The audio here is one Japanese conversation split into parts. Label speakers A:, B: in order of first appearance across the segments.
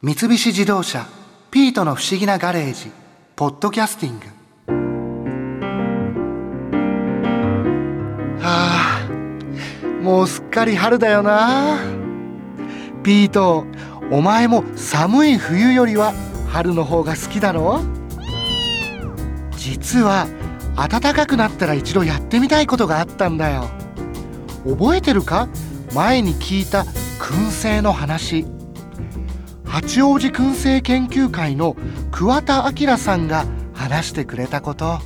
A: 三菱自動車「ピートの不思議なガレージ」「ポッドキャスティング」はあもうすっかり春だよなピートお前も寒い冬よりは春の方が好きだろ実は暖かくなったら一度やってみたいことがあったんだよ覚えてるか前に聞いた燻製の話八王子燻製研究会の桑田明さんが話してくれたこと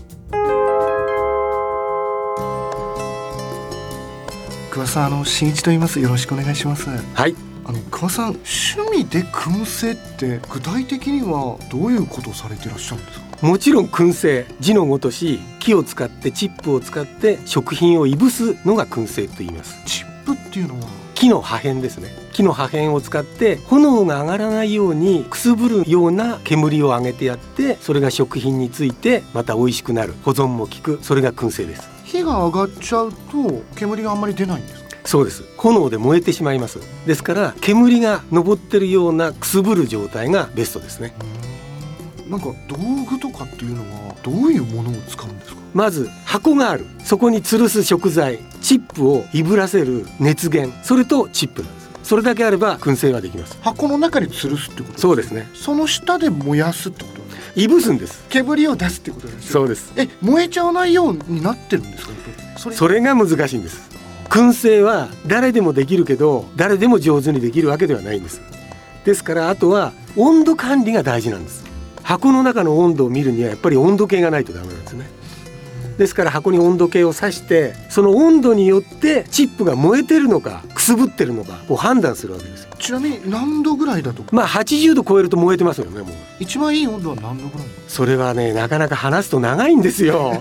A: 桑さんあの新一と言いますよろしくお願いします
B: はい
A: あの桑さん趣味で燻製って具体的にはどういうことをされてらっしゃるんですか
B: もちろん燻製字のごとし木を使ってチップを使って食品をいぶすのが燻製と言います
A: チップっていうのは
B: 木の破片ですね木の破片を使って炎が上がらないようにくすぶるような煙を上げてやってそれが食品についてまた美味しくなる保存も効くそれが燻製です
A: 火が上がっちゃうと煙があんまり出ないんですか
B: そうです炎で燃えてしまいますですから煙が上ってるようなくすぶる状態がベストですね
A: なんか道具とかっていうのはどういうものを使うんですか
B: まず箱があるそこに吊るす食材チップをいぶらせる熱源それとチップなんですそれだけあれば燻製はできます
A: 箱の中に吊るすってこと
B: そうですね
A: その下で燃やすってことなんですか
B: いぶすんです
A: 煙を出すってことなんですよ
B: そうです
A: え燃えちゃわないようになってるんですかやっぱりそれ
B: それが難しいんです燻製は誰でもできるけど誰でも上手にできるわけではないんですですからあとは温度管理が大事なんです箱の中の温度を見るにはやっぱり温度計がないとダメなんですねですから箱に温度計を刺してその温度によってチップが燃えてるのかくすぶってるのかを判断するわけですよ
A: ちなみに何度ぐらいだと
B: まあ80度超えると燃えてますよねもう
A: 一番いい温度は何度ぐらいなんで
B: それはねなかなか話すと長いんですよ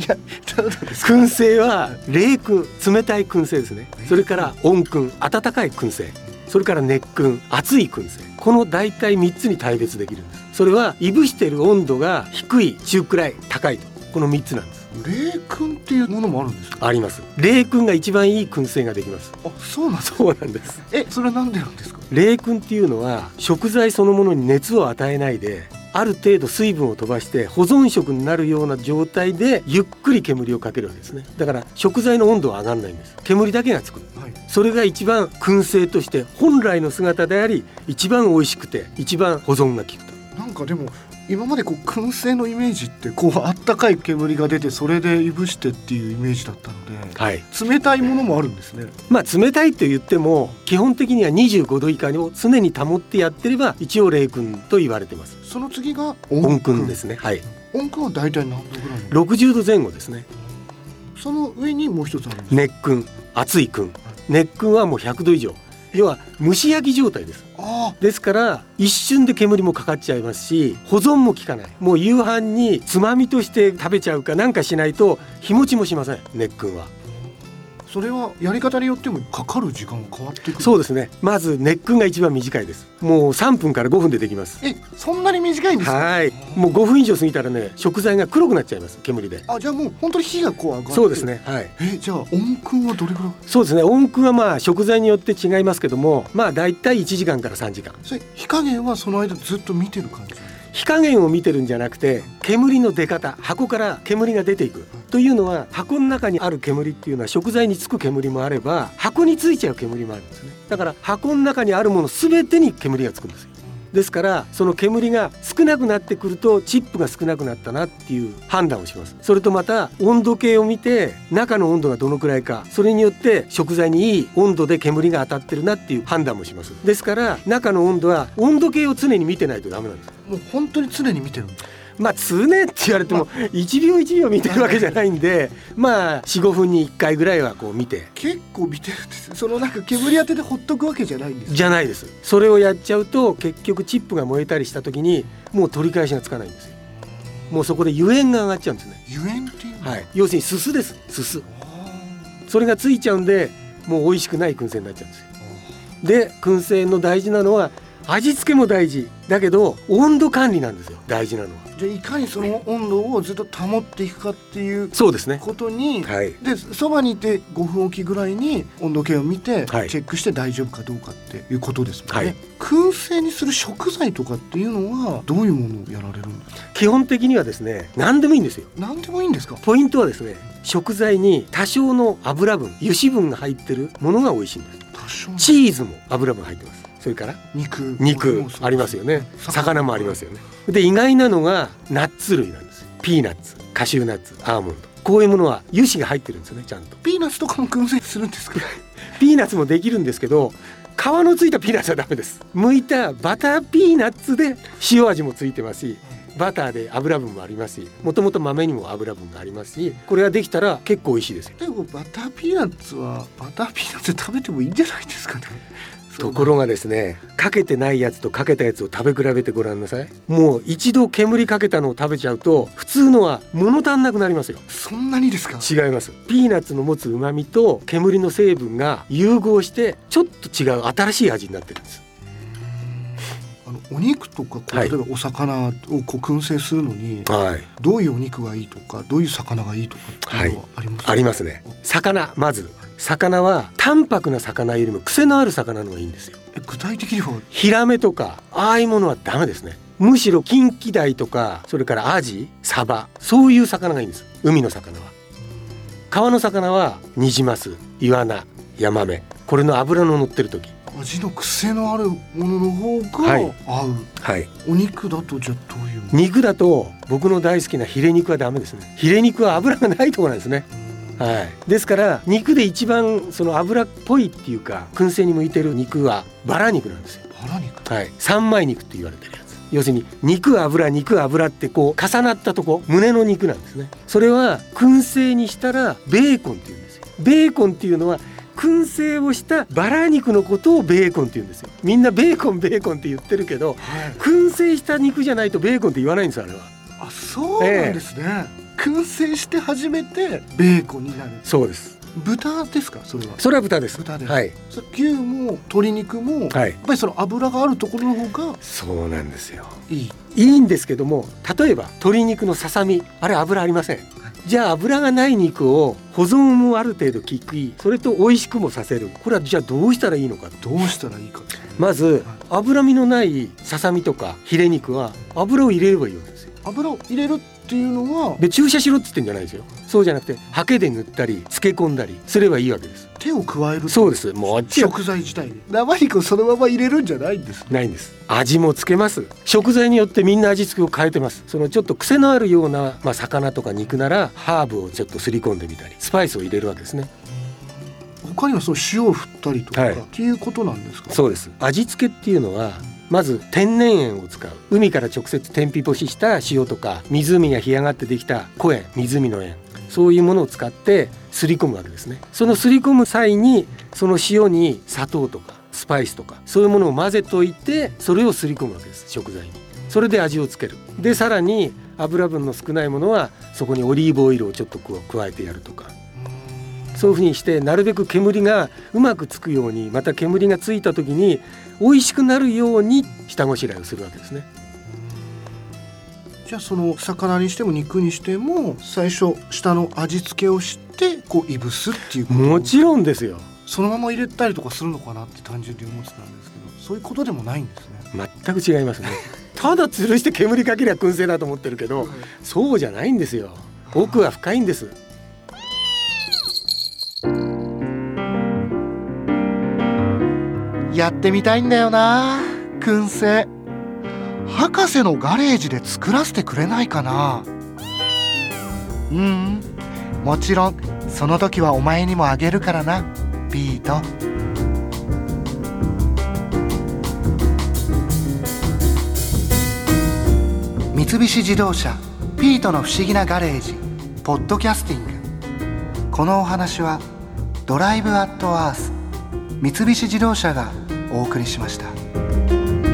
A: すかいやどうなん ですか
B: 燻製は冷燻冷たい燻製ですねそれから温燻温かい燻製それから熱燻熱い燻製この大体3つに大別できるんですそれはいぶしてる温度が低い中くらい高いとこの3つなんです
A: 冷君っていうものもあるんですか
B: あります冷燻が一番いい燻製ができます
A: あそうなんですか
B: そうなんです
A: えそれはなんでなんですか
B: 冷燻っていうのは食材そのものに熱を与えないである程度水分を飛ばして保存食になるような状態でゆっくり煙をかけるわけですねだから食材の温度は上がらないんです煙だけがつく
A: はい
B: それが一番燻製として本来の姿であり一番美味しくて一番保存が効くと
A: なんかでも今までこう燻製のイメージってこうあったかい煙が出てそれでいぶしてっていうイメージだったので
B: はい
A: 冷たいものもあるんですね
B: まあ冷たいと言っても基本的には25度以下を常に保ってやってれば一応冷燻と言われてます
A: その次が
B: 温燻ですすねはい
A: 温君は大体何度ぐらいなの
B: 60度前後ですね
A: その上にもう一つあるんです、
B: 熱燻熱い燻熱燻はもう100度以上要は蒸し焼き状態です
A: あ
B: ですから一瞬で煙もかかっちゃいますし保存も効かないもう夕飯につまみとして食べちゃうかなんかしないと日持ちもしません熱燻は
A: あそれはやり方によってもかかる時間が変わってくる
B: そううですねまず熱燻が一番短いですもう3分から5分でできます
A: えそんなに短いんですか
B: はいもう5分以上過ぎたらね食材が黒くなっちゃいます煙で
A: あじゃあもう本当に火がこう上がってる
B: そうですねはい
A: えじゃあ温君はどれぐらい
B: そうですね温燻はまあ食材によって違いますけどもまあ大体1時間から3時間
A: それ火加減はその間ずっと見てる感じ
B: 火加減を見てるんじゃなくて煙の出方箱から煙が出ていくというのは箱の中にある煙っていうのは食材につく煙もあれば箱についちゃう煙もあるんですねだから箱の中にあるもの全てに煙がつくんですよですからその煙が少なくなってくるとチップが少なくなったなっていう判断をしますそれとまた温度計を見て中の温度がどのくらいかそれによって食材にいい温度で煙が当たってるなっていう判断もしますですから中の温度は温度計を常に見てないとダメなんです
A: もう本当に常に見てるんです
B: まあ常って言われて も1秒1秒見てるわけじゃないんでまあ45分に1回ぐらいはこう見て
A: 結構見てるんですそのなんか煙当てでほっとくわけじゃないんです
B: じゃないですそれをやっちゃうと結局チップが燃えたりした時にもう取り返しがつかないんですよもうそこで油煙が上がっちゃうんですね
A: ゆえんっていうの
B: はい要するにすすですすす
A: あー
B: それがついちゃうんでもう美味しくない燻製になっちゃうんですよで燻製の大事なのは味付けも大事だけど温度管理なんですよ大事なのは
A: じゃあいかにその温度をずっと保っていくかっていう
B: そうですね
A: ことに、
B: はい
A: でそばにいて5分おきぐらいに温度計を見て、
B: はい
A: チェックして大丈夫かどうかっていうことですもんね、
B: はい
A: 燻製にする食材とかっていうのはどういうものをやられるんですか
B: 基本的にはですね何でもいいんですよ
A: 何でもいいんですか
B: ポイントはですね食材に多少の油分油脂分が入ってるものが美味しいんです
A: 多少
B: チーズも油分入ってますそれから
A: 肉
B: 肉ありますよね魚もありますすよねで意外なのがナッツ類なんですピーナッツカシューナッツアーモンドこういうものは油脂が入ってるんですよねちゃんと
A: ピーナッツとかも燻製するんですか
B: ピーナッツもできるんですけど皮のついたピーナッツはダメです剥いたバターピーナッツで塩味もついてますしバターで油分もありますしもともと豆にも油分がありますしこれができたら結構美味しいですよ
A: でもバターピーナッツはバターピーナッツで食べてもいいんじゃないですかね
B: ところがですねかけてないやつとかけたやつを食べ比べてごらんなさいもう一度煙かけたのを食べちゃうと普通のは物足んなくなりますよ
A: そんなにですか
B: 違いますピーナッツの持つ旨味と煙の成分が融合してちょっと違う新しい味になってるんです
A: あのお肉とかこう
B: は
A: 例え
B: い
A: ばお魚をこう燻製するのに、
B: はい
A: どういうお肉がいいとかどういう魚がいいとかっていうのはありますか、
B: ありますね魚まず魚は淡白な魚よりも癖のある魚の方がいいんですよ
A: え具体的には
B: ヒラメとかああいうものはダメですねむしろ近畿鯛とかそれからアジサバそういう魚がいいんです海の魚は川の魚はニジマスイワナヤマメこれの脂の乗ってる時
A: 味の癖のあるものの方が
B: はい
A: 合う、
B: はい
A: お肉だとじゃあどういうもの
B: 肉だと僕の大好きなヒレ肉はダメですねヒレ肉は脂がないところなんですねはい、ですから肉で一番その脂っぽいっていうか燻製に向いてる肉はバラ肉なんですよ、
A: バラ肉
B: はい、三枚肉って言われてるやつ要するに肉脂肉脂ってこう重なったとこ胸の肉なんですねそれは燻製にしたらベーコンって言うんですよベーコンっていうのは燻製をしたバラ肉のことをベーコンって言うんですよみんなベーコンベーコンって言ってるけ
A: は
B: ど
A: い
B: 燻製した肉じゃないとベーコンって言わないんですよあれは
A: あそうなんですね、燻製して初めてベーコンになる
B: そうです
A: 豚ですかそれは
B: それは豚です
A: 豚です
B: はい
A: それ牛も鶏肉も、やっ
B: はい
A: ぱりその脂があるところの方が
B: そうなんですよ
A: いい
B: いいんですけども例えば鶏肉のささみあれ油ありませんじゃあ油がない肉を保存もある程度効きそれと美味しくもさせるこれはじゃあどうしたらいいのかと
A: どうしたらいいかって
B: まず脂身のないささみとかヒレ肉は油を入れればいいわけですよ
A: 油を入れるっていうのは
B: で注射しろって言ってんじゃないですよそうじゃなくてハケで塗ったり漬け込んだりすればいいわけです
A: 手を加える
B: そうですもうちろん
A: 食材自体に生肉をそのまま入れるんじゃないんですね
B: ないんです味もつけます食材によってみんな味付けを変えてますそのちょっと癖のあるような、まあ、魚とか肉ならハーブをちょっとすり込んでみたりスパイスを入れるわけですね
A: 他にはその塩を振ったりとか、
B: はい
A: っていうことなんですか
B: そうです味付けっていうのはまず天然塩を使う海から直接天日干しした塩とか湖が干上がってできた湖塩湖の塩そういうものを使ってすり込むわけですねそのすり込む際にその塩に砂糖とかスパイスとかそういうものを混ぜといてそれをすり込むわけです食材にそれで味をつけるでさらに油分の少ないものはそこにオリーブオイルをちょっとこう加えてやるとかそういうふうにしてなるべく煙がうまくつくようにまた煙がついた時に美味しくなるように下ごしらえをするわけですね。
A: じゃあその魚にしても肉にしても最初下の味付けをしてこういぶすっていうこと
B: もちろんですよ
A: そのまま入れたりとかするのかなって単純に思ってたんですけどそういうことでもないんですね
B: 全く違いますね。ただ吊るして煙かけりゃ燻製だと思ってるけどそうじゃないんですよ。奥は深いんです。
A: やってみたいんだよな燻製博士のガレージで作らせてくれないかなうんもちろんその時はお前にもあげるからなビート三菱自動車ピートの不思議なガレージポッドキャスティングこのお話はドライブアットアース三菱自動車がお送りしました。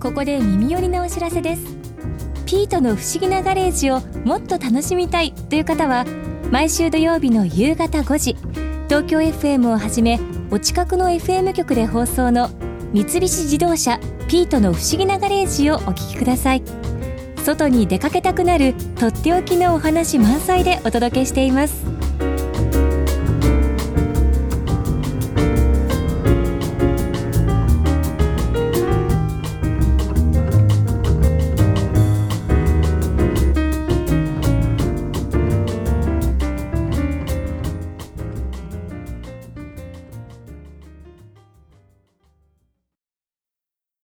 C: ここで耳寄りなお知らせですピートの不思議なガレージをもっと楽しみたいという方は毎週土曜日の夕方5時東京 FM をはじめお近くの FM 局で放送の三菱自動車ピートの不思議なガレージをお聞きください外に出かけたくなるとっておきのお話満載でお届けしています